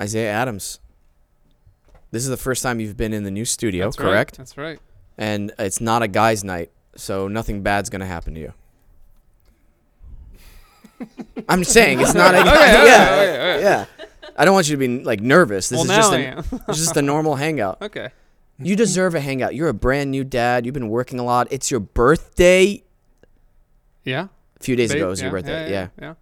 Isaiah Adams. This is the first time you've been in the new studio, That's right. correct? That's right. And it's not a guy's night, so nothing bad's gonna happen to you. I'm saying it's not a guy. Okay, okay, yeah, okay, okay. yeah. I don't want you to be like nervous. This Well, is now just I an, am. it's just a normal hangout. Okay. You deserve a hangout. You're a brand new dad. You've been working a lot. It's your birthday. Yeah. A few days Ba- ago was your birthday. yeah. yeah. yeah.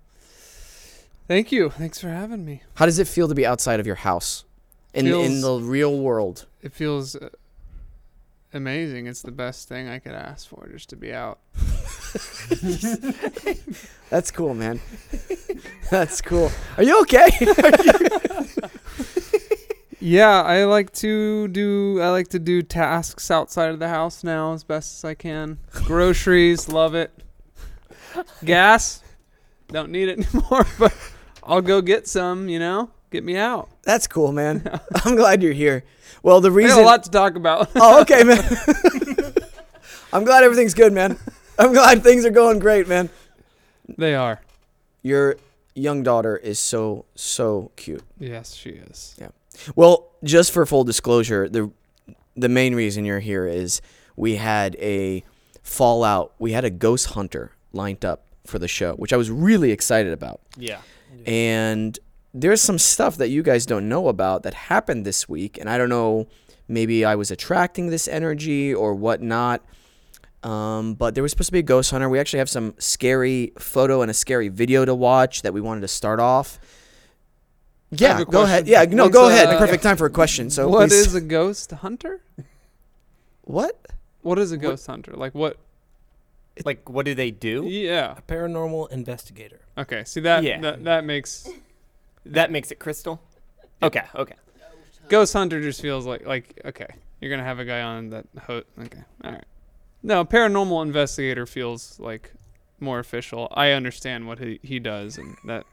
Thank you. Thanks for having me. How does it feel to be outside of your house in in Feels- the real world? It feels uh, amazing. It's the best thing I could ask for, just to be out. That's cool, man. That's cool. Are you okay? Yeah, I like to do. I like to do tasks outside of the house now as best as I can. Groceries, love it. Gas, don't need it anymore, but I'll go get some. You know, get me out. That's cool, man. I'm glad you're here. Well, the We reason. got a lot to talk about. oh, okay, man. I'm glad everything's good, man. I'm glad things are going great, man. they are. Your young daughter is so so cute. Yes, she is. Well, just for full disclosure, the the main reason you're here is we had a fallout. We had a ghost hunter lined up for the show, which I was really excited about. Yeah. And there's some stuff that you guys don't know about that happened this week, and I don't know. Maybe I was attracting this energy or whatnot. Um, but there was supposed to be a ghost hunter. We actually have some scary photo and a scary video to watch that we wanted to start off. Yeah, a go ahead. Yeah, question. no, What's, go ahead. uh, Perfect time for a question. So what please- is a ghost hunter? what? What is a ghost hunter? Like what? Like, what do they do? Yeah. A paranormal investigator. Okay. See that? Yeah. That, that makes That makes it crystal. Okay, okay. Ghost Hunter just feels like like okay, you're gonna have a guy on that ho- okay, all right. No, paranormal investigator feels like more official. I understand what he, he does and that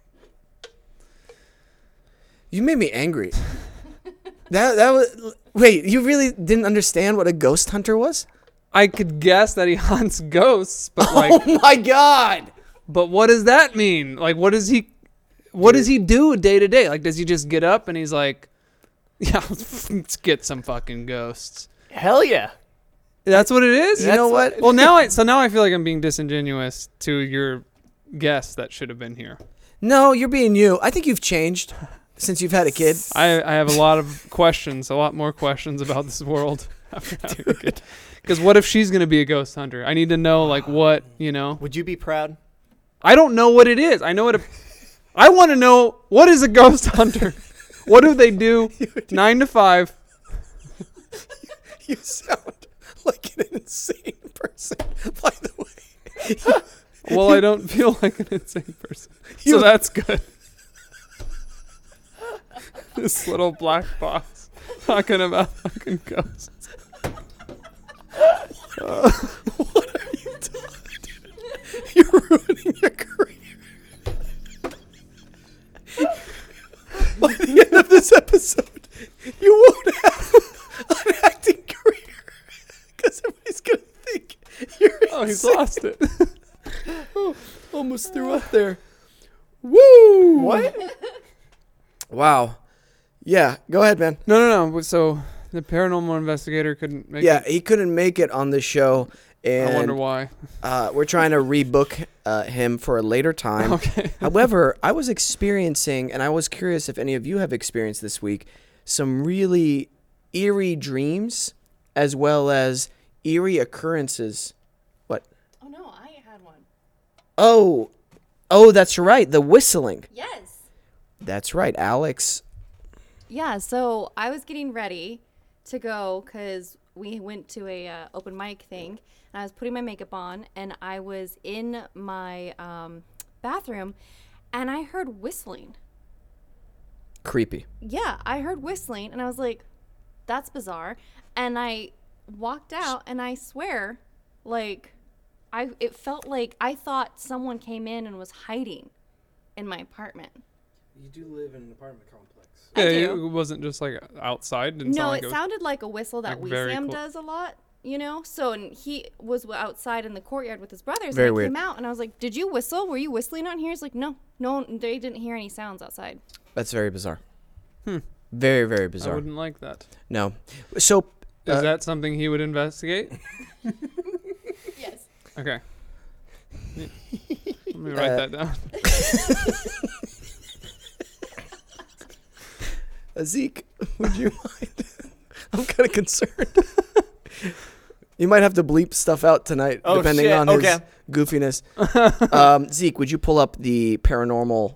You made me angry. that that was wait. You really didn't understand what a ghost hunter was? I could guess that he hunts ghosts, but like oh my god! but what does that mean? Like what does he what does he do day to day? Like does he just get up and he's like yeah, let's get some fucking ghosts. Hell yeah. That's what it is. You know what? Well, now I so now I feel like I'm being disingenuous to your guess that should have been here. No, you're being you. I think you've changed since you've had a kid. I, I have a lot of questions, a lot more questions about this world after Because what if she's gonna be a ghost hunter? I need to know like what you know. Would you be proud? I don't know what it is. I know what. A, I want to know what is a ghost hunter. What do they do? Nine to five. You sound like an insane person, by the way. Well, I don't feel like an insane person, so You- that's good. this little black box talking about fucking ghosts. You're ruining your career. By the end of this episode, you won't have an acting career because everybody's going to think you're Oh, he's insane. lost it. almost threw up there. Woo! What? wow. Yeah, go ahead, man. No, no, no. So the paranormal investigator couldn't make Yeah, he couldn't make it on the show, it. and I wonder why. Uh, we're trying to rebook uh, him for a later time. Okay. However, I was experiencing, and I was curious if any of you have experienced this week, some really eerie dreams as well as eerie occurrences. What? Oh no, I had one. Oh, oh, that's right. The whistling. Yes. That's right, Alex. Yeah, so I was getting ready to go because we went to a uh, open mic thing, and I was putting my makeup on, and I was in my um, bathroom, and I heard whistling. Creepy. Yeah, I heard whistling, and I was like, "That's bizarre," and I walked out, and I swear, like, I it felt like I thought someone came in and was hiding in my apartment. You do live in an apartment complex. I Yeah, do. it wasn't just like outside. Didn't No, sound like it was- sounded like a whistle that like, we very Sam clo- does a lot, you know. So and he was w- outside in the courtyard with his brothers. Very and I weird. came out and I was like, "Did you whistle? Were you whistling on here?" He's like, "No, no, they didn't hear any sounds outside." That's very bizarre. Very, very I bizarre. wouldn't like that. No. So Is Uh, that something he would investigate? Yes. Okay. Yeah. Let me write Uh, that down. Zeke, would you mind? I'm kind of concerned. you might have to bleep stuff out tonight, Oh, depending shit, on his okay. goofiness. um, Zeke, would you pull up the paranormal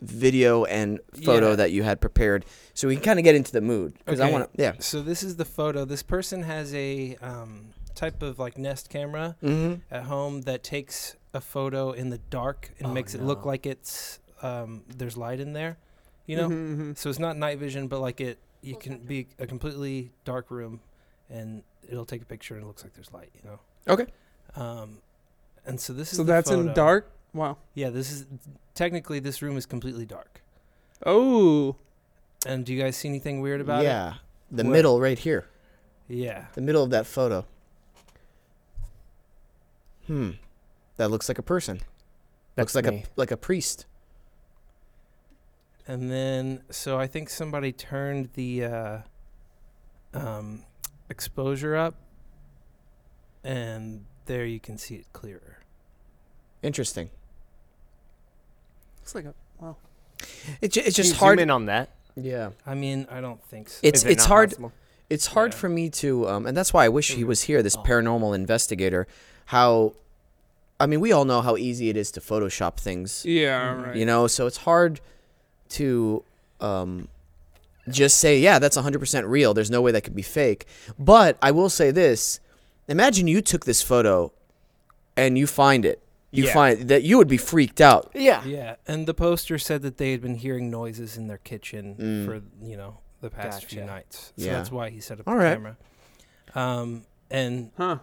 video and photo Yeah. that you had prepared so we can kind of get into the mood? Because I Okay. want to. Yeah. So this is the photo. This person has a um, type of like Nest camera Mm-hmm. at home that takes a photo in the dark and Oh, makes it no. look like it's um, there's light in there. You know, Mhm, mhm. so it's not night vision, but like it, you Full can spectrum. be a completely dark room, and it'll take a picture and it looks like there's light. You know. Okay. Um, and so this is So the that's in photo. dark. Wow. Yeah, this is technically this room is completely dark. Oh, And do you guys see anything weird about it? Yeah. The What? middle right here. Yeah. The middle of that photo. Hmm. That looks like a person. That's looks like me. a like a priest. And then so I think somebody turned the uh, um, exposure up, and there you can see it clearer. Interesting. looks like a wow. It, ju- it's Can just you hard. Zoom in on that. Yeah. I mean, I don't think so. It's Is it it's not hard. possible? It's hard Yeah. for me to, um, and that's why I wish Mm-hmm. he was here. This Oh. paranormal investigator. How, I mean, we all know how easy it is to Photoshop things. Mm, Yeah. Right. You know, so it's hard to um, just say, yeah, that's 100% real. There's no way that could be fake. But I will say this imagine you took this photo and you find it. You Yeah. find that you would be freaked out. Yeah. yeah, and the poster said that they had been hearing noises in their kitchen Mm. for you know the past few Gotcha. nights. So Yeah. that's why he set up All the right. camera. Um, and Huh.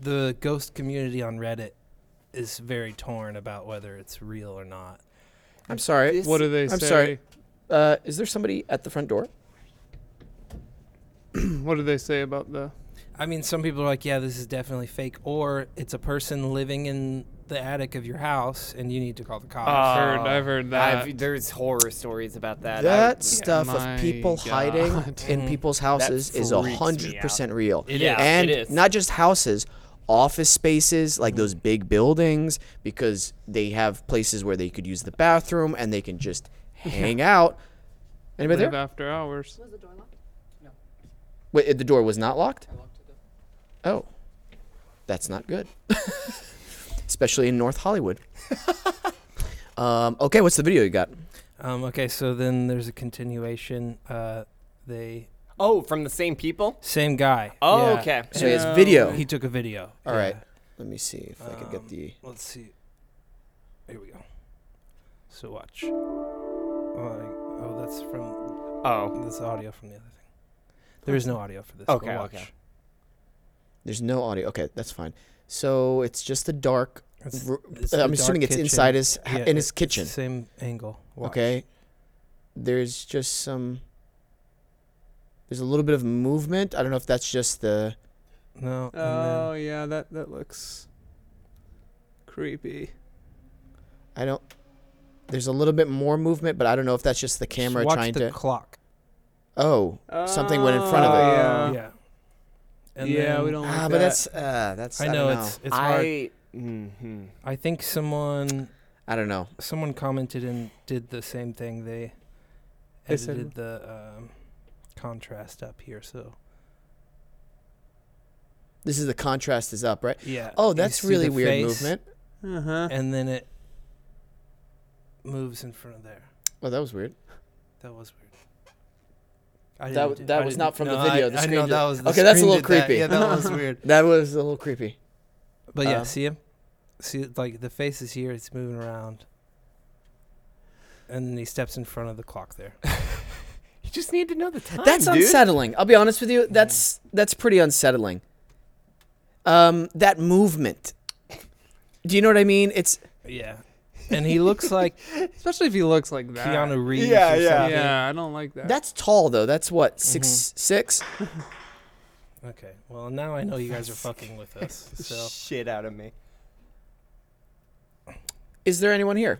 the ghost community on Reddit is very torn about whether it's real or not. I'm sorry. What do they say? I'm sorry. Uh, is there somebody at the front door? What do they say about the? I mean, some people are like, yeah, this is definitely fake, or it's a person living in the attic of your house and you need to call the Uh, cops. I've heard- I've heard that. I've- there's horror stories about that. I That would- stuff My of people hiding God. in Mhm. people's houses is a freaks me hundred percent real. It yeah, is. and it is. not just houses, office spaces like those big buildings because they have places where they could use the bathroom and they can just hang out. Anybody Live there? after hours. Was the door locked? Wait, the door was not locked. Oh, that's not good. Especially in North Hollywood. um, okay, what's the video you got? Uh. Um, okay, so then there's a continuation. Uh, they Oh, from the same people. same guy. Oh, yeah. okay. So it's Yeah. video. He took a video. All All right. Let me see if I could get Um, the. Let's see. Here we go. So watch. Oh, I- oh, that's from Oh, that's audio from the other thing. There is no audio for this. Okay, but watch. okay. There's no audio. Okay, that's fine. So it's just the dark. It's- r- it's uh, the I'm assuming dark it's kitchen. inside his ha- Yeah, in it- his it's the kitchen. Same angle. Watch. Okay. There's just some. There's a little bit of movement. I don't know if that's just the. No. and then- Oh yeah, that that looks creepy. I don't. There's a little bit more movement, but I don't know if that's just the camera watch trying the to. clock. oh, something went in front of Oh, it. Yeah. yeah. yeah, we then- don't. Ah, Like that. but that's. Uh, that's. I know don't it's it's hard. I. hmm I think someone I don't know. someone commented and did the same thing. They They said- edited the um, contrast up here, so This is the contrast is up, right? yeah. Oh, you that's see really the weird face, movement. Uh huh. And then it moves in front of there. Oh, that was weird. That was weird. I That didn't w- do- that I was didn't- not from the no, video, I, the I screen know did- that was the Okay, that's a screen little did that. creepy. Yeah, that was weird. That was a little creepy. But yeah, Um, see him? See, it, like the face is here, it's moving around. And then he steps in front of the clock there. You just need to know the time. That's dude. unsettling. I'll be honest with you. That's that's pretty unsettling. Um, that movement. Do you know what I mean? It's yeah. And he looks like Especially if he looks like that. Keanu Reeves. Uh, Yeah, or yeah. something. Yeah, I don't like that. that's tall though. That's what 6 six. Okay. Well, now I know you guys are fucking with us. So shit out of me. Is there anyone here?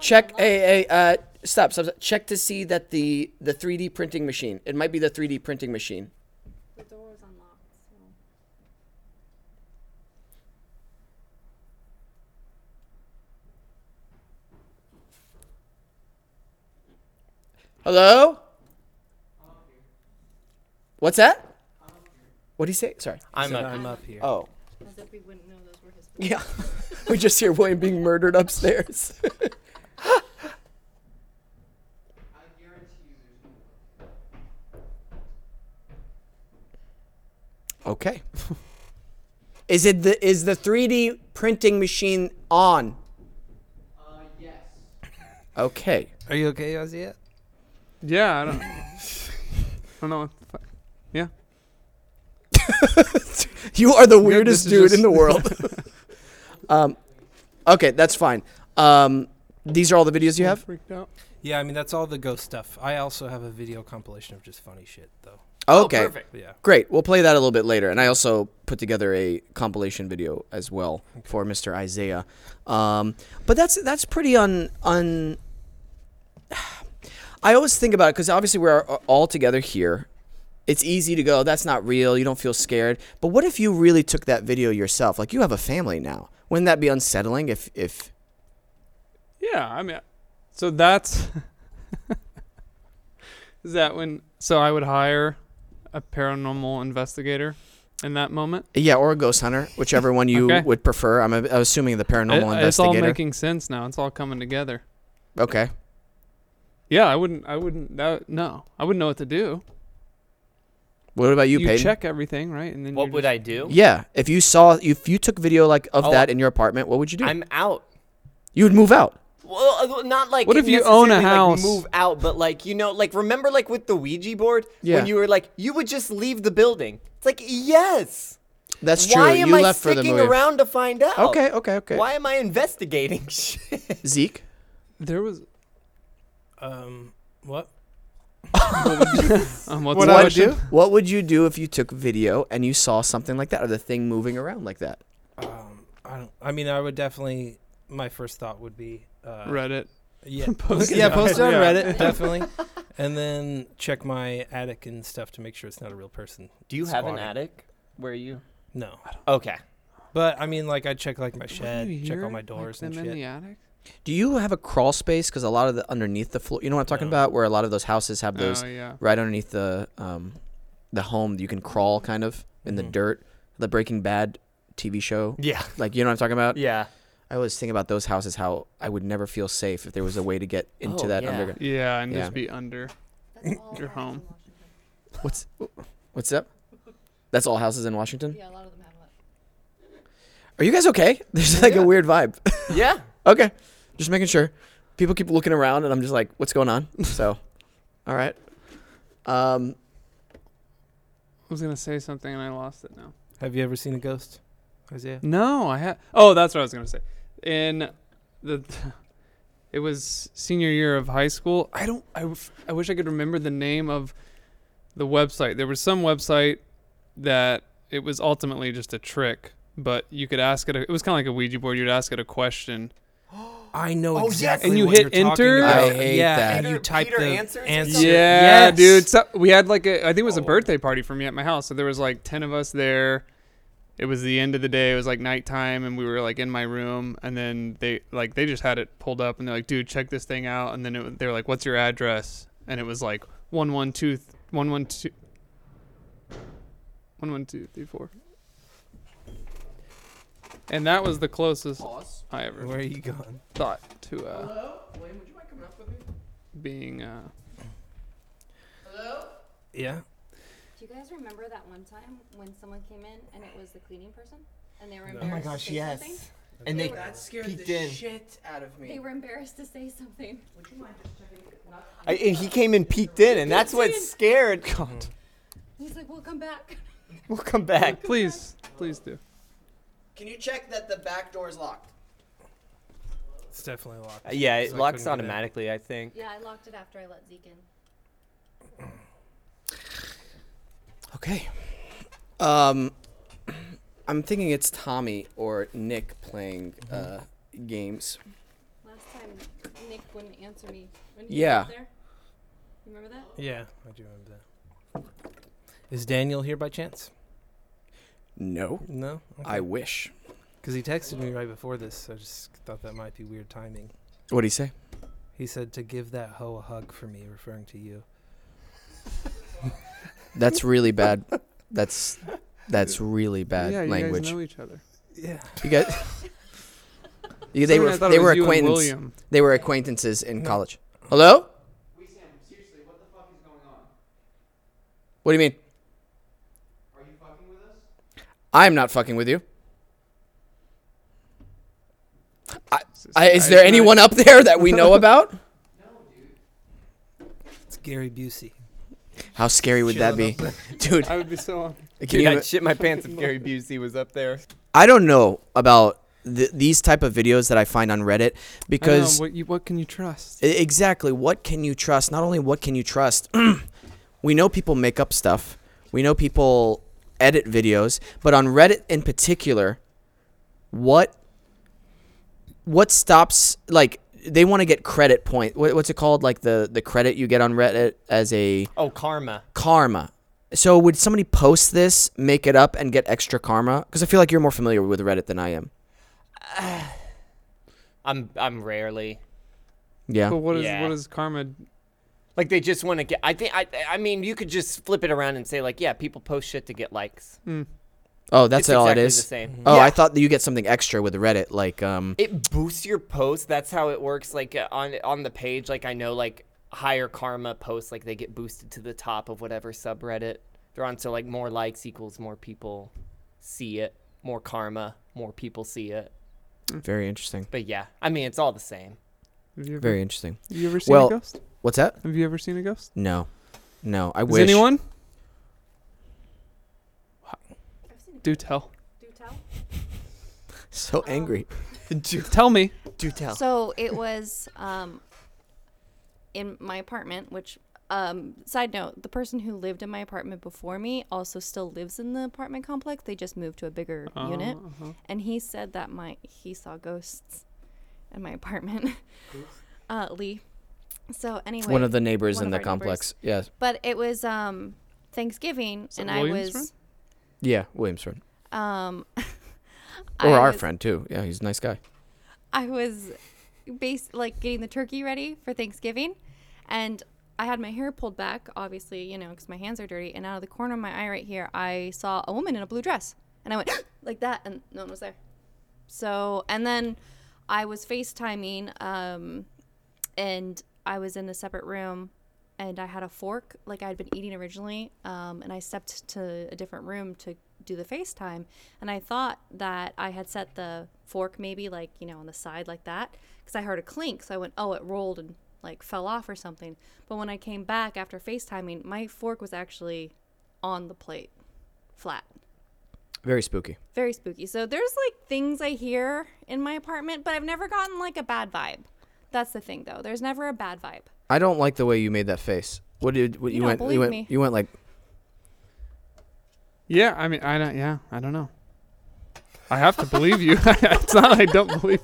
Check. Hey, hey, uh, stop, stop, stop. Check to see that the the 3D printing machine. It might be the 3D printing machine. The door is unlocked. So. Hello. What's that? What do you say? Sorry. I'm So a- I'm up here. Oh. As if we wouldn't know those were his. Yeah. we just hear William being murdered upstairs. okay. is it the is the 3D printing machine on? Uh, yes. Okay. Are you okay, Ozzy? Yeah, I don't. I don't know. What the fuck. Yeah. You are the weirdest is dude just- in the world. um, okay, that's fine. Um, these are all the videos you have. Freaked out. Yeah, I mean that's all the ghost stuff. I also have a video compilation of just funny shit though. Okay. perfect. But yeah. Great. We'll play that a little bit later. And I also put together a compilation video as well for Mr. Isaiah. Um, but that's that's pretty un un. I always think about it because obviously we're all together here. It's easy to go. That's not real. You don't feel scared. But what if you really took that video yourself? Like you have a family now. Wouldn't that be unsettling if if Yeah, I mean, so that's is that when? So I would hire a paranormal investigator in that moment. yeah or a ghost hunter, whichever one you Okay. would prefer. I'm, I'm assuming the It- paranormal it's all investigator. making sense now. It's all coming together. okay. Yeah, I wouldn't. I wouldn't. That, no, I wouldn't know what to do. What about you, you Peyton? check everything, right? And then What you would just- I do? Yeah, if you saw if you took video like of Oh, that in your apartment, what would you do? I'm out. you would move out. Well, uh, not like What if you own a necessarily, like, house? move out, but like you know, like remember, like with the Ouija board, Yeah. when you were like, you would just leave the building. It's like yes. That's true. Why am you I left for the sticking movie. around to find out? Okay, okay, okay. Why am I investigating shit? Zeke? There was. Um what? Um, what's What the would question? you- What would you do if you took video and you saw something like that or the thing moving around like that? Um I don't I mean I would definitely my first thought would be uh Reddit. yeah, Post it yeah, up. post it on Yeah. Reddit, definitely. and then check my attic and stuff to make sure it's not a real person. Do you have an Squatting. attic? Where are you? No. Okay. But I mean like I check like my Do you shed, check hear, all my like, doors them and in the shit. attic. Do you have a crawl space cuz a lot of the underneath the floor, you know what I'm talking No. about where a lot of those houses have those Oh yeah. right underneath the um the home that you can crawl kind of in the Mhm. dirt, the Breaking Bad TV show. Mm-hmm. Yeah. Like you know what I'm talking about? Yeah. I always think about those houses how I would never feel safe if there was a way to get into Oh, that yeah. underground. Yeah, and Yeah. just be under. That's all Your houses home. in Washington. What's what's up? That's all houses in Washington. Yeah, a lot of them have that. Are you guys okay? There's like Yeah. a weird vibe. Yeah. okay, just making sure. People keep looking around, and I'm just like, what's going on? So, all right. Um, I was gonna say something and I lost it now. Have you ever seen a ghost? Isaiah? No, I had. Oh, that's what I was gonna say. In the, it was senior year of high school. I don't. I, w- I wish I could remember the name of the website. There was some website that it was ultimately just a trick, but you could ask it. A, it was kind of like a Ouija board. You'd ask it a question. I know Oh, yes. exactly. And you what hit you're talking enter? about. I hate yeah, that. and you Peter- type Peter the answers or answer. something? Yeah, Yes. dude. So we had like a. I think it was a Oh. birthday party for me at my house. So there was like ten of us there. It was the end of the day. It was like nighttime, and we were like in my room. And then they like they just had it pulled up, and they're like, "Dude, check this thing out." And then it, they were like, "What's your address?" And it was like one one two th- one one two. One, one, two, three, four. And that was the closest I ever Where are you going? thought to uh Hello? William, would you mind coming up with me? Being uh Yeah. Do you guys remember that one time when someone came in and it was the cleaning person and they were No. Oh embarrassed to say something? And they That peeked in. shit out of They were embarrassed to say something. I, and he came and peeked in, and that's what scared. God. He's like, "We'll come back." We'll come back. please please do. Can you check that the back door is locked? It's definitely locked. Uh, Yeah, it So I locks couldn't get in. automatically, I think. Yeah, I locked it after I let Zeke in. Okay. Um, I'm thinking it's Tommy or Nick playing uh, games. Last time wouldn't answer me. When you Yeah. got there? Remember that? Yeah, I do remember that. Is Daniel here by chance? No, No, I wish. because he texted me right before this. So I just thought that might be weird timing. What do you say? He said to give that hoe a hug for me, referring to you. That's really bad. That's that's really bad yeah, you language. guys know each other. Yeah, You guys. You- they I mean, were I thought they it were was you and acquaintances. William. They were acquaintances in college. Hello? We Sam, seriously, what the fuck is going on? What do you mean? Are you fucking with us? I'm not fucking with you. I, This I, is guy's there not- anyone up there that we know about? it's Gary Busey. How scary would that Chilling be, up there. dude? I would be so on. Can you, I'd shit my pants if Gary Busey was up there. I don't know about th- these type of videos that I find on Reddit because what, you, what can you trust? I- E, Exactly. What can you trust? Not only what can you trust, we know people make up stuff. We know people edit videos, but on Reddit in particular, what what stops like they want to get credit point. What, what's it called? Like the the credit you get on Reddit as a Oh, karma. karma. So would somebody post this, make it up, and get extra karma? Because I feel like you're more familiar with Reddit than I am. I'm I'm rarely Yeah. But what is Yeah. what is karma? like they just want to get. I think I I mean you could just flip it around and say like yeah people post shit to get likes. Oh, that's it's all exactly it The is. same. Oh, yeah. I thought that you get something extra with Reddit, like um. it boosts your post. That's how it works. Like uh, on on the page, like I know like higher karma posts, like they get boosted to the top of whatever subreddit they're on. So like more likes equals more people see it, more karma, more people see it. Very interesting. But yeah, I mean it's all the same. Have you ever, Very interesting. you ever seen well, a ghost? What's that? Have you ever seen a ghost? No, no. I Is wish anyone? I've seen Do tell. Do tell. so angry. Tell me. Do tell. So it was um, in my apartment, which, um, side note, the person who lived in my apartment before me also still lives in the apartment complex. They just moved to a bigger unit. Uh-huh. And he said that my he saw ghosts in my apartment. uh, Lee. So anyway, One of the neighbors in one of the our neighbors. complex. Yes. but it was um, Thanksgiving, it and I William's was Yeah, William's friend um, or I our was- friend too. Yeah, he's a nice guy. I was base like getting the turkey ready for Thanksgiving, and I had my hair pulled back, obviously, you know, because my hands are dirty. And out of the corner of my eye, right here, I saw a woman in a blue dress, and I went like that, and no one was there. So, and then I was FaceTiming, um, and I was in a separate room, and I had a fork, like I had been eating originally, um, and I stepped to a different room to do the FaceTime, and I thought that I had set the fork maybe like you know on the side like that, because I heard a clink, so I went, oh, it rolled and like fell off or something. But when I came back after FaceTiming, my fork was actually on the plate, flat Very spooky. very spooky. So there's like things I hear in my apartment, but I've never gotten like a bad vibe. That's the thing though. There's never a bad vibe. I don't like the way you made that face. What did what you, You don't went? believe You went. me. You went like. Yeah, I mean, I don't. Yeah, I don't know. I have to believe you. it's not I don't believe.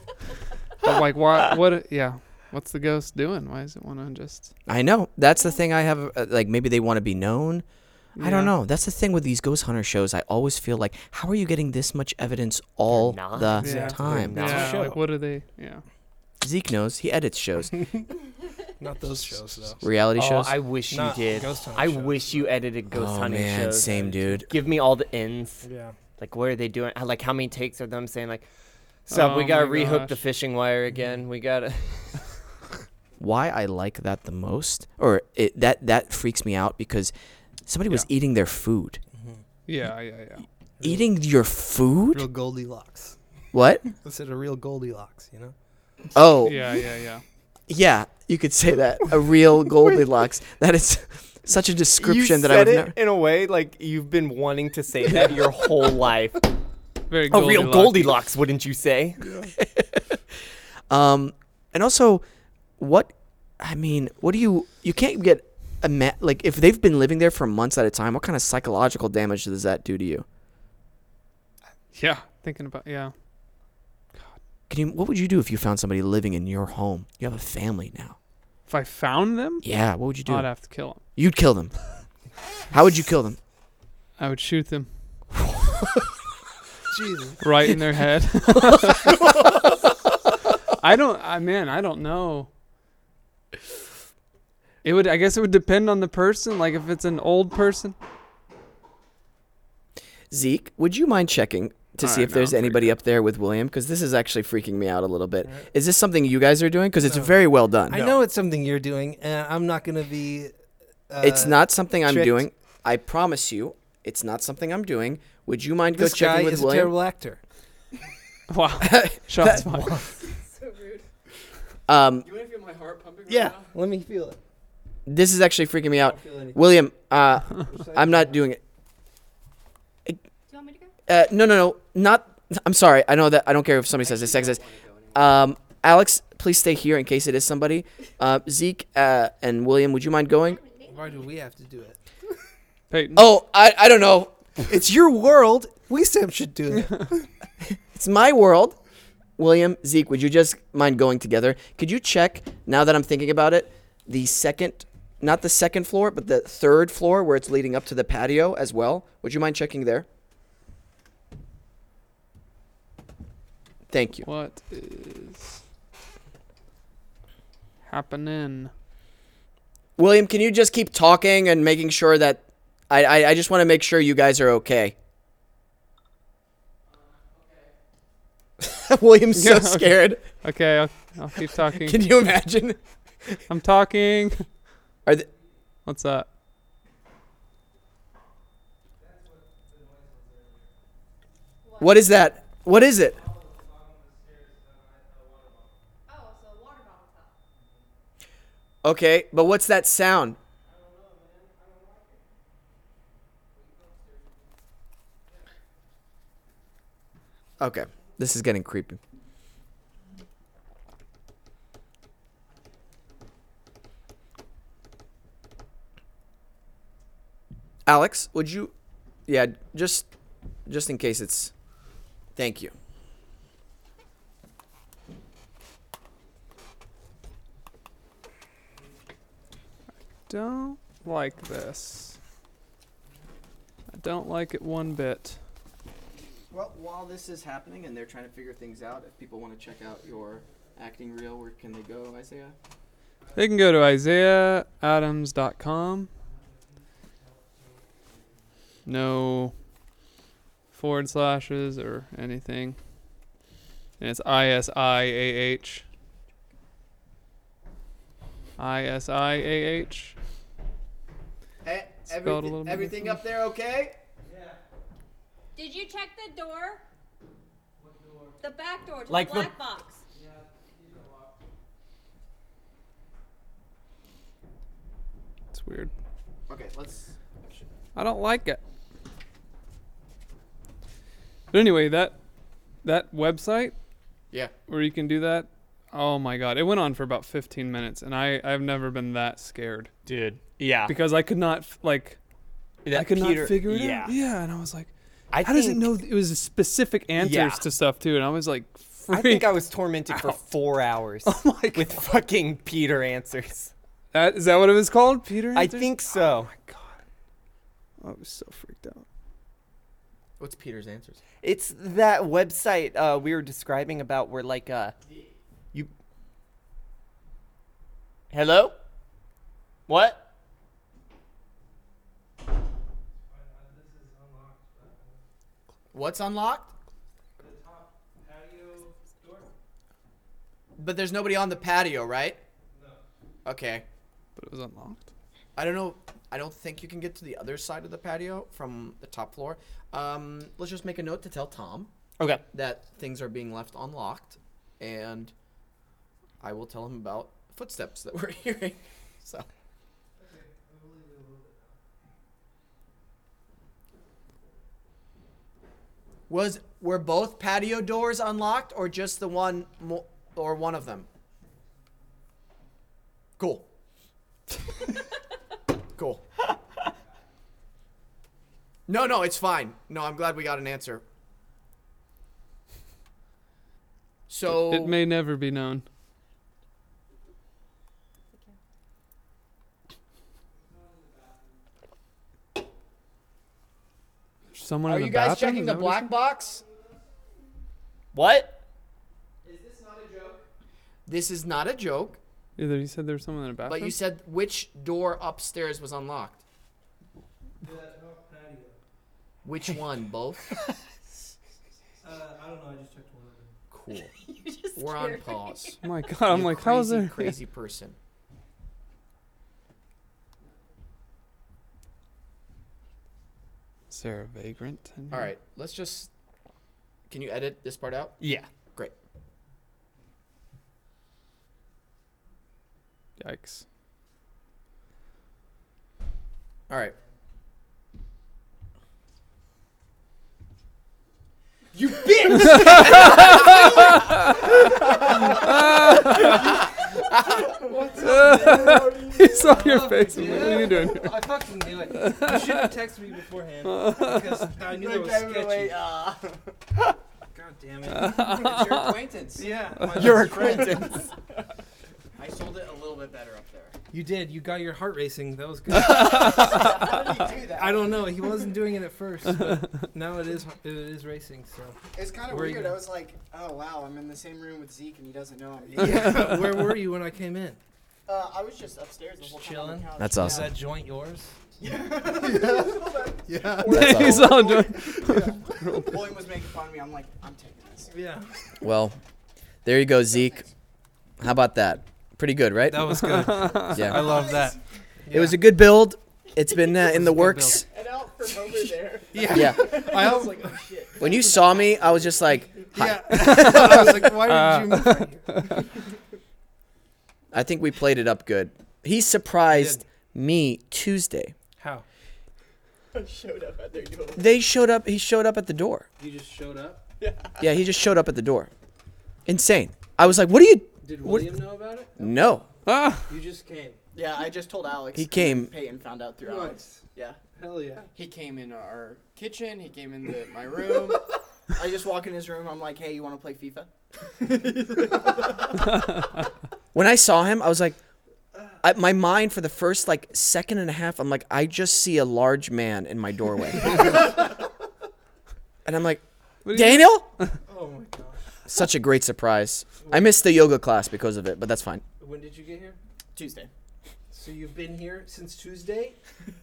But like, why? What? Yeah. What's the ghost doing? Why does it want to just? I know. That's the thing. I have uh, like maybe they want to be known. I don't Yeah. know. That's the thing with these ghost hunter shows. I always feel like, how are you getting this much evidence all not. the Yeah. time? They're not. Yeah. Show. Like, what are they? Yeah. Zeke knows. He edits shows, Not those shows though. reality Oh, shows. I wish you Not did. ghost hunting I shows, wish you edited ghost oh hunting man, shows. same dude. Give me all the ins. Yeah. Like what are they doing? Like how many takes are them saying like, "Sup, we Oh gotta my rehook the gosh. fishing wire again. We gotta." why I like that the most, or it, that that freaks me out because somebody was eating their food, Yeah. Yeah. Yeah. eating your food. Real Goldilocks. What? Let's say a real Goldilocks. You know. Oh, yeah. Yeah. Yeah. Yeah. you could say that a real Goldilocks. that is such a description that I would it never. in a way like you've been wanting to say that your whole life. Very. A real Goldilocks. Goldilocks, wouldn't you say? Um, and also, what? I mean, what do you? You can't get a ma- like if they've been living there for months at a time. What kind of psychological damage does that do to you? Yeah. Thinking about. Yeah. Can you? What would you do if you found somebody living in your home? You have a family now. If I found them, Yeah. What would you do? I'd have to kill them. You'd kill them. How would you kill them? I would shoot them. Jesus. Right in their head. I don't. I man, I don't know. It would. I guess it would depend on the person. Like if it's an old person. Zeke, would you mind checking to see Alright, if there's no, I'm anybody up there with William? Because this is actually freaking me out a little bit. Is this something you guys are doing? Because it's very well done. I know it's something you're doing, and I'm not gonna be. Uh, It's not something I'm tricked. doing. I promise you, it's not something I'm doing. Would you mind go This guy checking is with a William? terrible actor. Wow. Shots fired. Um, You want to feel my heart pumping Yeah, right now? let me feel it. this is actually freaking me out. Feel anything. William, uh, I'm not doing it. you want me to go? Uh, no, no, no, not. I'm sorry. I know that. I don't care if somebody says this. Sex says. Um, Alex, please stay here in case it is somebody. Uh, Zeke uh, and William, would you mind going? Why do we have to do it? Peyton. Oh, I, I don't know. It's your world. We Sam should do it. It's my world. William, Zeke, would you just mind going together? Could you check, now that I'm thinking about it, the second, not the second floor, but the third floor where it's leading up to the patio as well? Would you mind checking there? Thank you. What is happening? William, can you just keep talking and making sure that I, I, I just want to make sure you guys are okay. William's so Yeah, okay. scared. Okay, I'll, I'll keep talking. Can you imagine? I'm talking. Are th- What's that? what is that? What is it? Okay, but what's that sound? Okay, this is getting creepy. Alex, would you Yeah, just just in case it's Thank you. Don't like this. I don't like it one bit. Well, while this is happening and they're trying to figure things out, if people want to check out your acting reel, where can they go, Isaiah? They can go to isaiahadams.com. No forward slashes or anything. And it's I S I A H. I S I A H. Hey, Spelled a everythi- little bit everything up there okay? Did you check the door? The back door to Like the- the black box. It's weird. Okay, let's. I don't like it. But anyway, that that website Yeah. where you can do that. Oh my god, it went on for about 15 minutes and I I've never been that scared dude. Yeah, because I could not f- like I could not figure it yeah. out. Yeah, and I was like, I how does it think- know th- it was specific answers Yeah. to stuff too? And I was like, I freak. think I was tormented for four hours my with fucking Peter answers. that, is that what it was called, Peter? I answers? Oh, think so. I was so freaked out. What's Peter's answers? It's that website uh, we were describing about where like uh you Hello? What? What's unlocked? But there's nobody on the patio, right? No. Okay. But it was unlocked. I don't know. I don't think you can get to the other side of the patio from the top floor. Um, let's just make a note to tell Tom Okay. that things are being left unlocked, and I will tell him about footsteps that we're hearing. So was were both patio doors unlocked, or just the one, mo- or one of them? Cool. cool. No, no, it's fine. No, I'm glad we got an answer. So It may never be known. There's Someone Are in the you guys bathroom? checking Is the that what it black box? What? Is this not a joke? This is not a joke, said? Either you said there was someone in the bathroom. but you said which door upstairs was unlocked? Which one? Both? Uh, I don't know. I just checked one. Cool. We're on pause. Oh my god! I'm You like, how is crazy, there? crazy person? Is there a vagrant? in All here? right, let's just. Can you edit this part out? Yeah. Great. Yikes! All right. You bitch! He saw your face. I'm like, what are you doing here? I fucking knew it. You should have texted me beforehand because I knew it was sketchy. God damn it. it's your acquaintance. Yeah. Your best friend. acquaintance. I sold it a little bit better up there. You did. You got your heart racing. That was good. How do you do that? I don't know. He wasn't doing it at first. But now it is. It is racing. So It's kind of Where are you weird. I going? was like, oh wow, I'm in the same room with Zeke and he doesn't know I'm here. yeah. Where were you when I came in? uh, I was just upstairs the whole time. on the Chilling. couch. That's Is awesome. that joint yours? Yeah. He's all doing. William was making fun of me. I'm like, I'm taking this. Yeah. Well, there you go, Zeke. How about that? Pretty good, right? That was good. I yeah. love that. It was a good build. It's been uh, in the Good works. And out from over there. Yeah. Yeah. I was like, oh shit. When you saw me, I was just like, Yeah. I was like, why did you Uh, move right here? I think we played it up good. He surprised me Tuesday. How? I showed up at their door. They showed up. He showed up at the door. You just showed up. Yeah, he just showed up at the door. Insane. I was like, what are you? Did What- William know about it? No. Ah, You just came. Yeah, I just told Alex. He came. Peyton found out through Alex. Yeah. Hell yeah. He came in our kitchen. He came in the, my room. I just walk in his room. I'm like, hey, you want to play FIFA? When I saw him, I was like, I, my mind for the first like second and a half, I'm like, I just see a large man in my doorway. and I'm like, what do you- Daniel? Oh my gosh. Such a great surprise. I missed the yoga class because of it, but that's fine. When did you get here? Tuesday. So you've been here since Tuesday,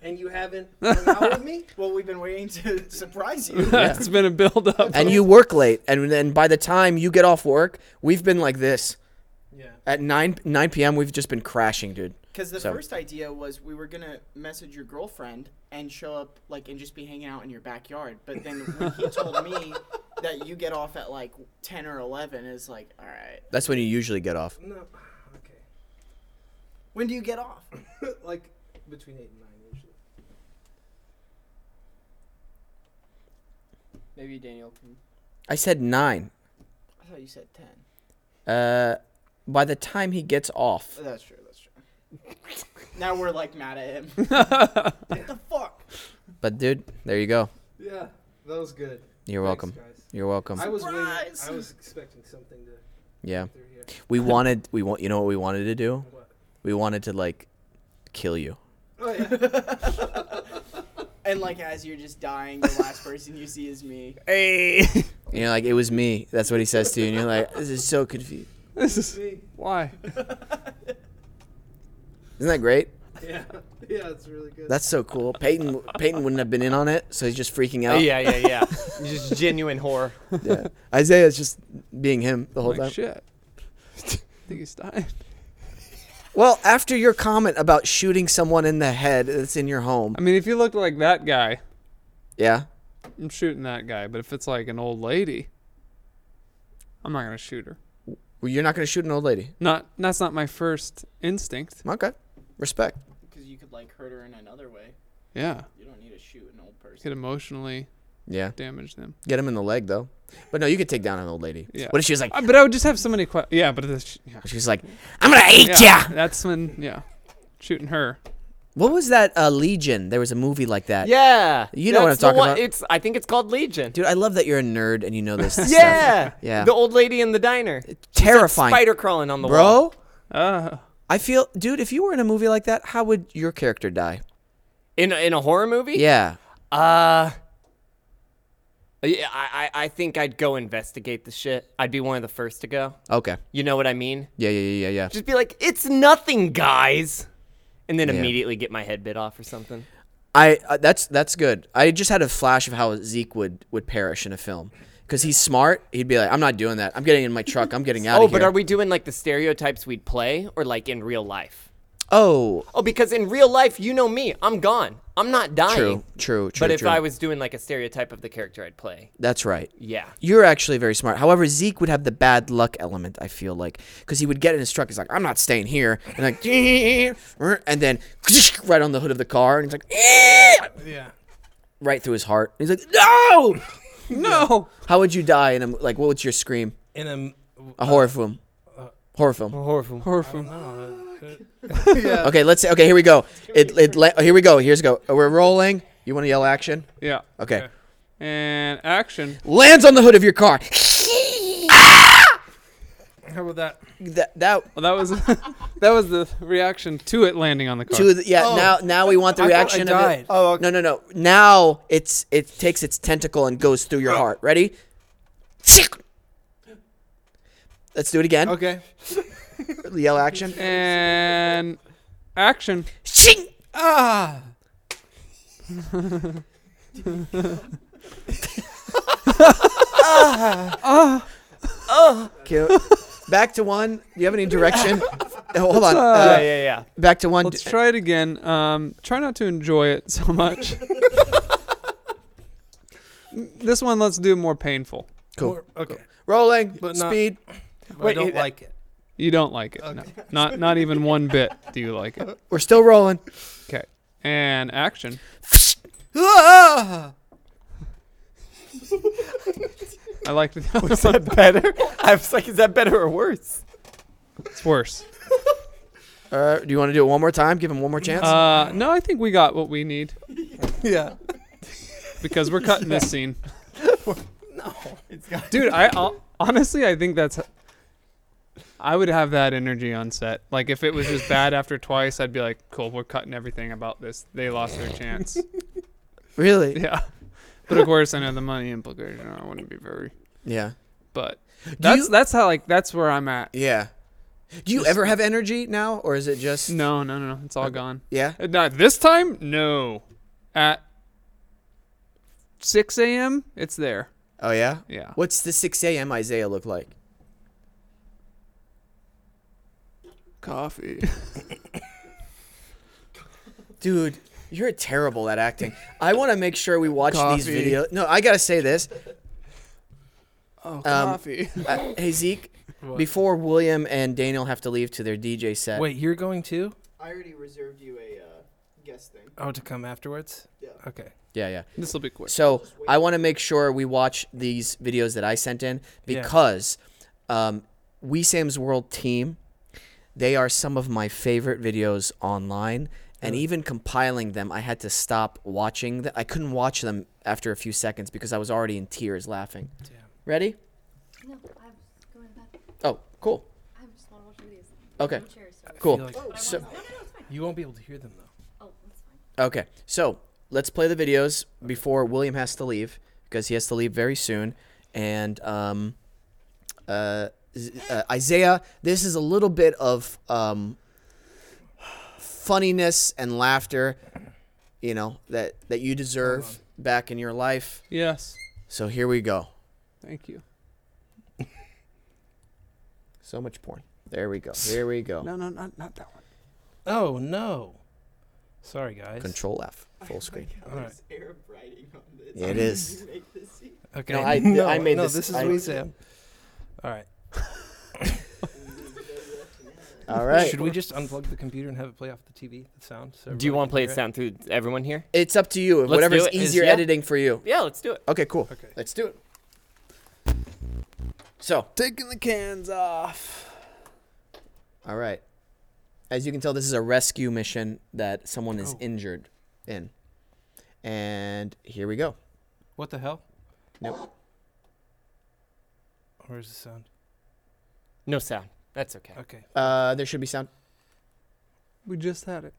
and you haven't hung out with me? Well, we've been waiting to surprise you. Yeah. it's been a build up. And you work late, and then by the time you get off work, we've been like this. Yeah. At 9 9 p.m., we've just been crashing, dude. Because the So- first idea was we were gonna message your girlfriend and show up like and just be hanging out in your backyard. But then when he told me that you get off at like ten or eleven, is like, all right. That's when you usually get off. No. Okay. When do you get off? like between eight and nine usually. Maybe Daniel. Can... I said 9. I thought you said ten. Uh, by the time he gets off, Oh, that's true. That's true. now we're like mad at him. what the fuck? but dude, there you go. Yeah, that was good. You're welcome. Guys. You're welcome. I was waiting, Surprise! I was expecting something to Yeah. through here. We wanted we want you know what we wanted to do? What? We wanted to like kill you. Oh yeah. And like as you're just dying, the last person you see is me. Hey. You're like it was me. That's what he says to you and you're like this is so confused. This is See? why. Isn't that great? Yeah. Yeah, it's really good. That's so cool. Peyton Peyton wouldn't have been in on it, so he's just freaking out. Yeah, yeah, yeah. Just genuine horror. yeah. Isaiah's just being him the whole time. Like shit. I think he's dying. Well, after your comment about shooting someone in the head that's in your home. I mean, if you looked like that guy, Yeah. I'm shooting that guy. But if it's like an old lady, I'm not gonna shoot her. Well, you're not going to shoot an old lady. Not that's not my first instinct. Okay. Respect. Because you could like hurt her in another way. Yeah, You don't need to shoot an old person. could emotionally Yeah. damage them. Get him in the leg though. But no, you could take down an old lady. Yeah. What if she was like Uh, but I would just have so many questions. Yeah, but this, yeah, she's like, I'm gonna eat ya yeah, that's when yeah, shooting her. What was that? Uh, Legion. There was a movie like that. Yeah. You know what that's I'm the talking one- about. It's I think it's called Legion. Dude, I love that you're a nerd and you know this. stuff. yeah. Yeah. The old lady in the diner. She's like Terrifying. Spider crawling on the wall. Bro, Uh, I feel, dude, if you were in a movie like that, how would your character die? In a, in a horror movie? Yeah. Uh yeah, I, I I think I'd go investigate the shit. I'd be one of the first to go. Okay. You know what I mean? Yeah, yeah, yeah, yeah, yeah. Just be like, it's nothing, guys, and then Yeah. immediately get my head bit off or something. I uh, that's that's good. I just had a flash of how Zeke would would perish in a film because he's smart. He'd be like, I'm not doing that. I'm getting in my truck. I'm getting out Oh, of here. but are we doing like the stereotypes we'd play, or like in real life? Oh, Oh, because in real life, you know me, I'm gone. I'm not dying. true, true, true. but if true. I was doing like a stereotype of the character I'd play, that's right. yeah. You're actually very smart. However, Zeke would have the bad luck element. I feel like because he would get in his truck. He's like, I'm not staying here, and like, and then right on the hood of the car, and he's like, Yeah. right through his heart. He's like, No, no. How would you die? And I'm like, what would your scream? In a m- A horror film. Horror film. Horrible. Horror film. Okay, let's. Okay, here we go. It. It. le- Here we go. Here's go. We're rolling. You want to yell action? Yeah. Okay. And action. Lands on the hood of your car. How about that? that. That. Well, that was that was the reaction to it landing on the car. To the, yeah. Now. Now we want the Oh. I thought I reaction of it. died. Oh. No. No. No. Now it's. It takes its tentacle and goes through Oh. your heart. Ready? Let's do it again. Okay. Yell action. and action. Ah. Ah. Okay, Back to one. Do you have any direction? Oh, hold on. Yeah, Uh, yeah, yeah. Back to one. Let's try it again. Um, try not to enjoy it so much. this one, let's do more painful. Cool. uh, Or- Okay. Rolling. But not- speed. But I don't like it. You don't like it. No. Not not even one bit. Do you like it? We're still rolling. Okay. And action. Ah! I liked it. Is that better? I was like, is that better or worse? it's worse. Uh, do you want to do it one more time? Give him one more chance. Uh, no, I think we got what we need Yeah. because we're cutting this scene. No. Dude, I I'll- honestly I think that's I would have that energy on set. Like if it was just bad after twice, I'd be like, "Cool, we're cutting everything about this. They lost their chance." really? yeah. But of course, I know the money implication. I wouldn't be very. Yeah. But that's you- that's how like that's where I'm at. Yeah. Do you ever have energy now, or is it just? No, no, no, no. It's all gone. Yeah. Uh, Not this time. No. At 6 a.m. It's there. Oh yeah. Yeah. What's the 6 a.m. Isaiah look like? Coffee. Dude, you're terrible at acting. I want to make sure we watch these Coffee. videos. No, I gotta say this. Oh, coffee. Uh, hey Zeke, before William and Daniel have to leave to their DJ set. Wait, you're going too? I already reserved you a uh, guest thing. Oh, to come afterwards? Yeah. Okay. Yeah, yeah. this will be quick. So I want to make sure we watch these videos that I sent in Yeah. because um, We Sam's World team, they are some of my favorite videos online. And even compiling them, I had to stop watching. Th- I couldn't watch them after a few seconds because I was already in tears laughing. Ready? No, I'm just going back. Oh, cool. I just want to watch movies. Okay, Cheers. cool. Feel like- So, you won't be able to hear them though. Oh, that's fine. okay, so let's play the videos before William has to leave because he has to leave very soon. And um, uh, Z- uh, Isaiah, this is a little bit of um, funniness and laughter, you know, that, that you deserve back in your life. Yes. So here we go. Thank you. So much porn. There we go. Here we go. No, no, not not that one. Oh no. Sorry guys. Control F, full screen. All right. Arab writing on this. It is. Okay. No, I- I made no, this- this is I- we Sam. All right. All right. Should we just unplug the computer and have it play off the TV? The sound. So Do you want to play everybody it can sound through everyone here? It's up to you. do Whatever's it. Is- easier yeah. editing for you. Yeah, let's do it. Okay, cool. Okay. Let's do it. So, Taking the cans off. all right. as you can tell, this is a rescue mission that someone is injured in. And here we go. What the hell? Nope. Where's the sound? No sound. That's okay. Okay. Uh, there should be sound. We just had it.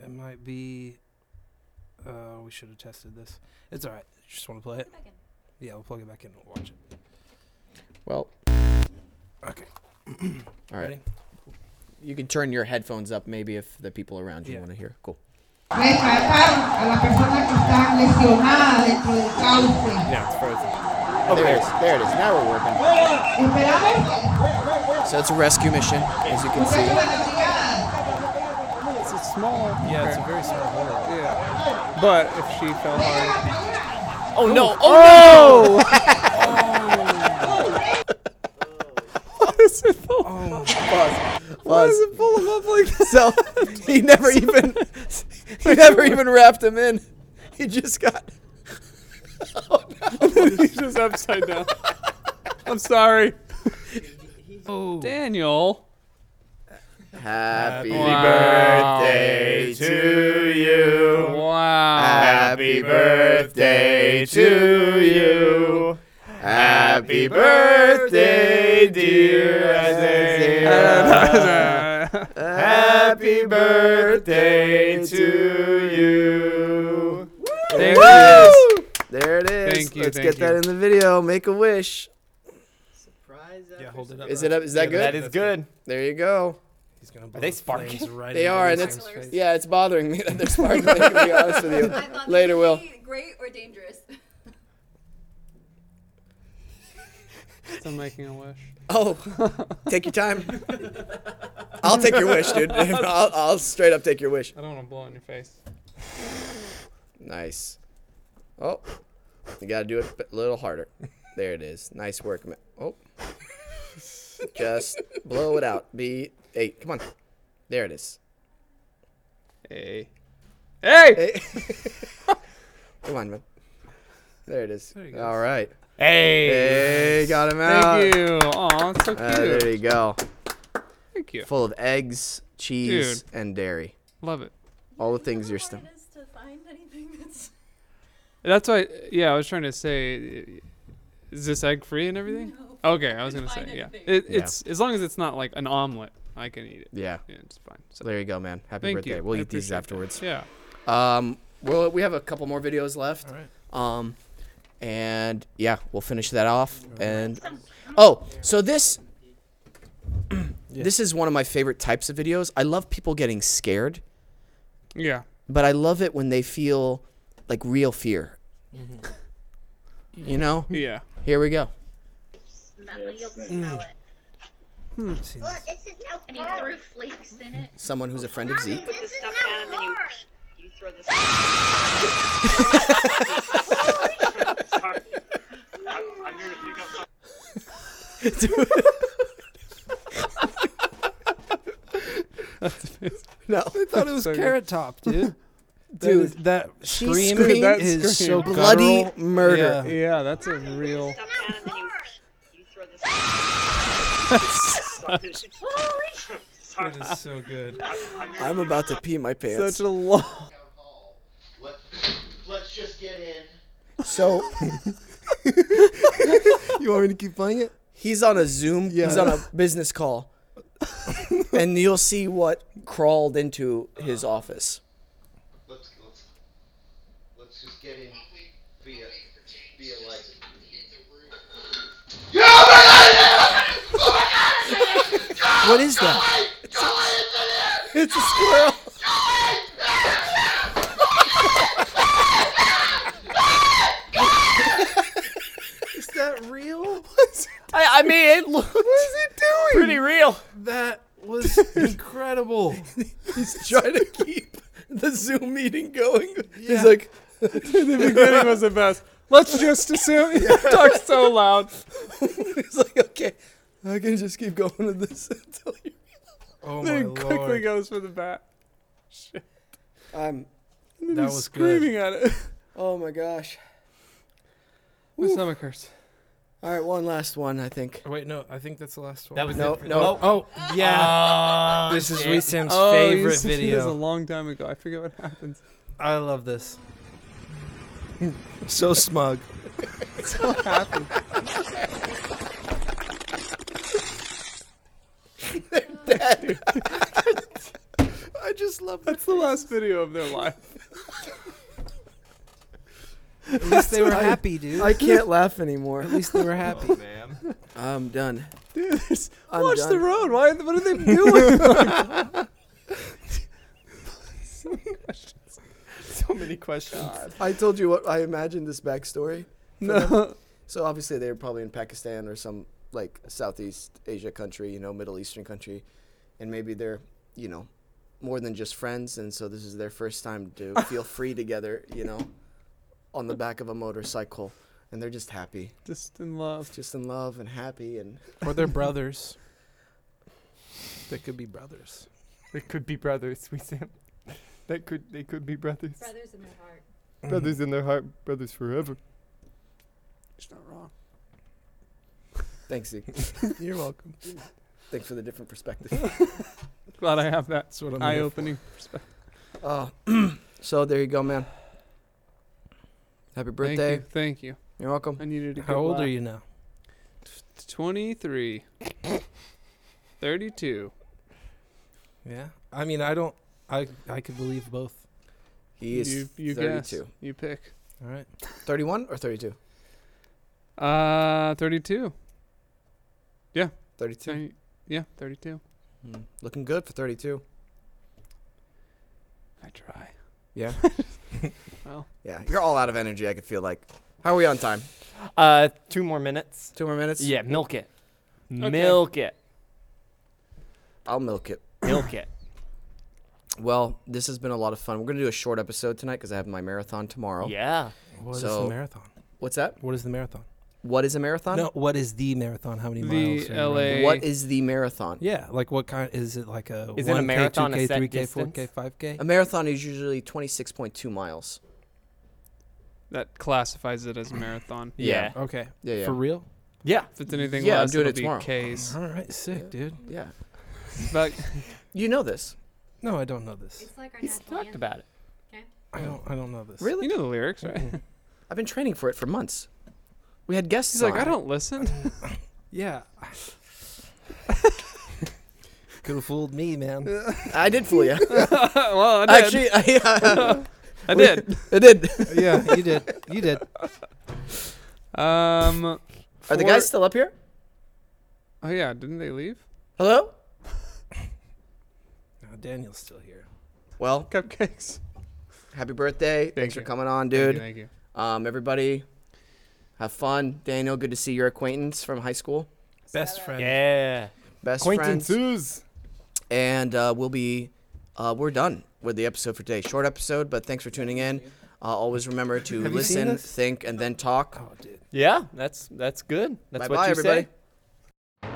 It might be. Uh, we should have tested this. It's all right. Just want to play it. Yeah, we'll plug it back in. We'll watch it. Well, Okay. all right. Ready? You can turn your headphones up maybe if the people around you Yeah. want to hear. Cool. Puedes tratar a la persona que está lesionada dentro del cauce. Now it's frozen. Oh, there it is. There it is. Now we're working. Esperar So it's a rescue mission, as you can que see. la brigada. It's a small. Yeah, it's a very small hole. Yeah. But if she fell hard. Oh no! Oh, Why it pull him up like this? So he never even he never even wrapped him in. He just got He's just upside down. I'm sorry. Oh. Daniel. happy Wow. birthday to you. Wow. Happy birthday to you. Happy birthday, dear Happy birthday to you. There it is. There it is. Thank you, Let's thank get that you. in the video. Make a wish. Surprise. Yeah, hold it up. Is it up? Is that good? that is good. There you go. He's gonna blow they the flames sparking? Right They into are, and this it's- thing's face. Yeah, it's bothering me that they're sparkling. to be honest with you. Later, Will. Great or dangerous? Still making a wish. Oh, take your time. I'll take your wish, dude. I'll, I'll straight up take your wish. I don't want to blow in your face. Nice. Oh, you gotta do it a little harder. There it is. Nice work. ma- Oh, just blow it out. Be eight. Come on. There it is. Hey. Hey! Hey. Come on, man. There it is. he All goes. right. Hey. Hey, got him out. Thank you. Aw, it's so Uh, there cute. you go. Thank you. Full of eggs, cheese, and dairy. Love it. All the things you're still. Is to find anything that's That's why, yeah, I was trying to say, is this egg free and everything? Okay, I was gonna say, Find yeah. anything. It, Yeah. It's as long as it's not like an omelet, I can eat it. Yeah. Yeah, it's fine. So So there you go, man. Happy thank birthday. you. We'll I eat these appreciate that. afterwards. Yeah. Um, well, we have a couple more videos left. All right. Um, and yeah, we'll finish that off. And oh, so this this is one of my favorite types of videos. I love people getting scared, Yeah. but I love it when they feel like real fear. You know? Yeah. Here we go. I've seen this. This is no And he threw flakes in it. Someone who's a friend of Zeke. This is no No, I thought it was So good. Carrot Top, dude. Dude, that, is- that she scream screamed- That is scream. so bloody guttural. murder. Yeah. Yeah, that's a real. That is so good. I'm about to pee my pants. Such a long. Let, let's just get in. So, you want me to keep playing it? He's on a Zoom. He's on a business call, and you'll see what crawled into his office. Let's let's let's just get in. Be a be a like. Yeah, oh my god! What is that? It's a squirrel. Is that real? I, I mean, it looks pretty real. that was incredible. He's trying to keep the Zoom meeting going. Yeah. He's like, the beginning was the best. Let's just assume he talks so loud. he's like, okay, I can just keep going with this until you. Oh my Then he quickly lord. goes for the bat. I'm. That He's was screaming good. at it. Oh my gosh. My stomach hurts. All right, one last one, I think. Wait, no, I think that's the last one. That was No, it. no. oh, yeah. Oh, this is shit. Wee Sim's Oh, you favorite said It was a video. long time ago. I forget what happens. I love this. So smug. What happened? I just love That's the last video of their life. At least they were I- happy, dude. I can't laugh anymore. At least they were happy. Oh, man. I'm done. Dude, it's- I'm watch the done. road. Why? What are they doing? so many questions. I told you what I imagined this backstory. no. So obviously they're probably in Pakistan or some like Southeast Asia country, you know, Middle Eastern country, and maybe they're you know more than just friends, and so this is their first time to feel free together, you know, on the back of a motorcycle, and they're just happy, Just in love. just in love and happy, and or they're brothers. They could be brothers. They could be brothers, we Sam. That could they could be brothers. Brothers in my heart. Mm-hmm. Brothers in their heart, brothers forever. It's not wrong. thanks, Zeke. You're welcome. thanks for the different perspective. Glad I have that That's what I'm here for. eye-opening perspective. Oh, so there you go, man. Happy birthday. Thank you. Thank you. You're welcome. I needed to How old are you now? 23. 32. Yeah. I mean, I don't. I I could believe both. He is you, you 32. Guess. You pick. All right. 31 or 32? Uh, 32. 32. Thirty- yeah, 32. Mm, Looking good for 32. I try. Yeah. Well. Yeah. You're all out of energy, I could feel like. How are we on time? Uh, two more minutes. Two more minutes? Yeah, milk it. Milk it. I'll milk it. Milk it. Well, this has been a lot of fun. We're going to do a short episode tonight because I have my marathon tomorrow. Yeah. What is So- the marathon? What's that? What is the marathon? What is a marathon? No, what is the marathon? How many The miles? are you LA running? What is the marathon? Yeah, like what kind? Is it like a Is it a 1K, marathon, a 2K, set 3K, distance? 4K, 5K? A marathon is usually 26.2 miles. That classifies it as a marathon. Yeah. Okay. Yeah, yeah. For real? Yeah. If it's anything Yeah, I'm less, doing it'll it be tomorrow. Uh-huh. K's. All right, sick, dude. yeah. But You know this. No, I don't know this. It's like our He's national talked anthem. about it. I don't. I don't know this. Really? you know the lyrics, right? Mm-hmm. Mm-mm. I've been training for it for months. We had guests. He's like, on. I don't listen. Yeah. Could have fooled me, man. I did fool you. Uh, well, I did. Actually, I, uh, I did. I did. yeah, you did. You did. Um, Are the for- guys still up here? Oh yeah, didn't they leave? Hello? No, Daniel's still here. Well, Cupcakes. happy birthday. Thanks for you. coming on, Thank you, dude. Thank you. Um, everybody, have fun. Daniel, good to see your acquaintance from high school. Best friend. Yeah. Best friends. Acquaintances. And uh, we'll be, uh, we're done with the episode for today. Short episode, but thanks for tuning in. Uh, always remember to Have you seen listen, this? think, and then talk. Oh, dude. Yeah, that's that's good. That's Bye-bye, what you everybody. say.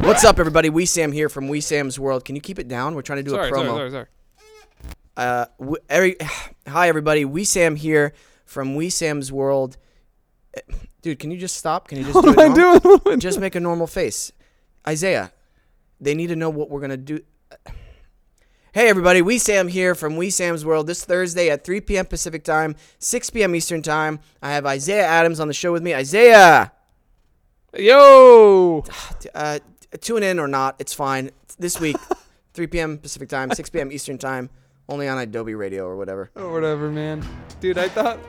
What's up, everybody? We Sam here from We Sam's World. Can you keep it down? We're trying to do sorry, a promo. sorry, sorry, sorry. Uh, w- every, hi everybody, we Sam here from We Sam's World. Eh, Dude, can you just stop? Can you just do it? What am I normal? doing? What am I doing? Just make a normal face, Isaiah. They need to know what we're gonna do. Hey everybody, we Sam here from We Sam's World. This Thursday at 3 p.m. Pacific time, 6 p.m. Eastern time. I have Isaiah Adams on the show with me. Isaiah, Yo. t- uh, t- tune in or not, it's fine. This week, 3 p.m. Pacific time, 6 p.m. Eastern time, only on Adobe Radio or whatever. Or whatever, man. Dude, I thought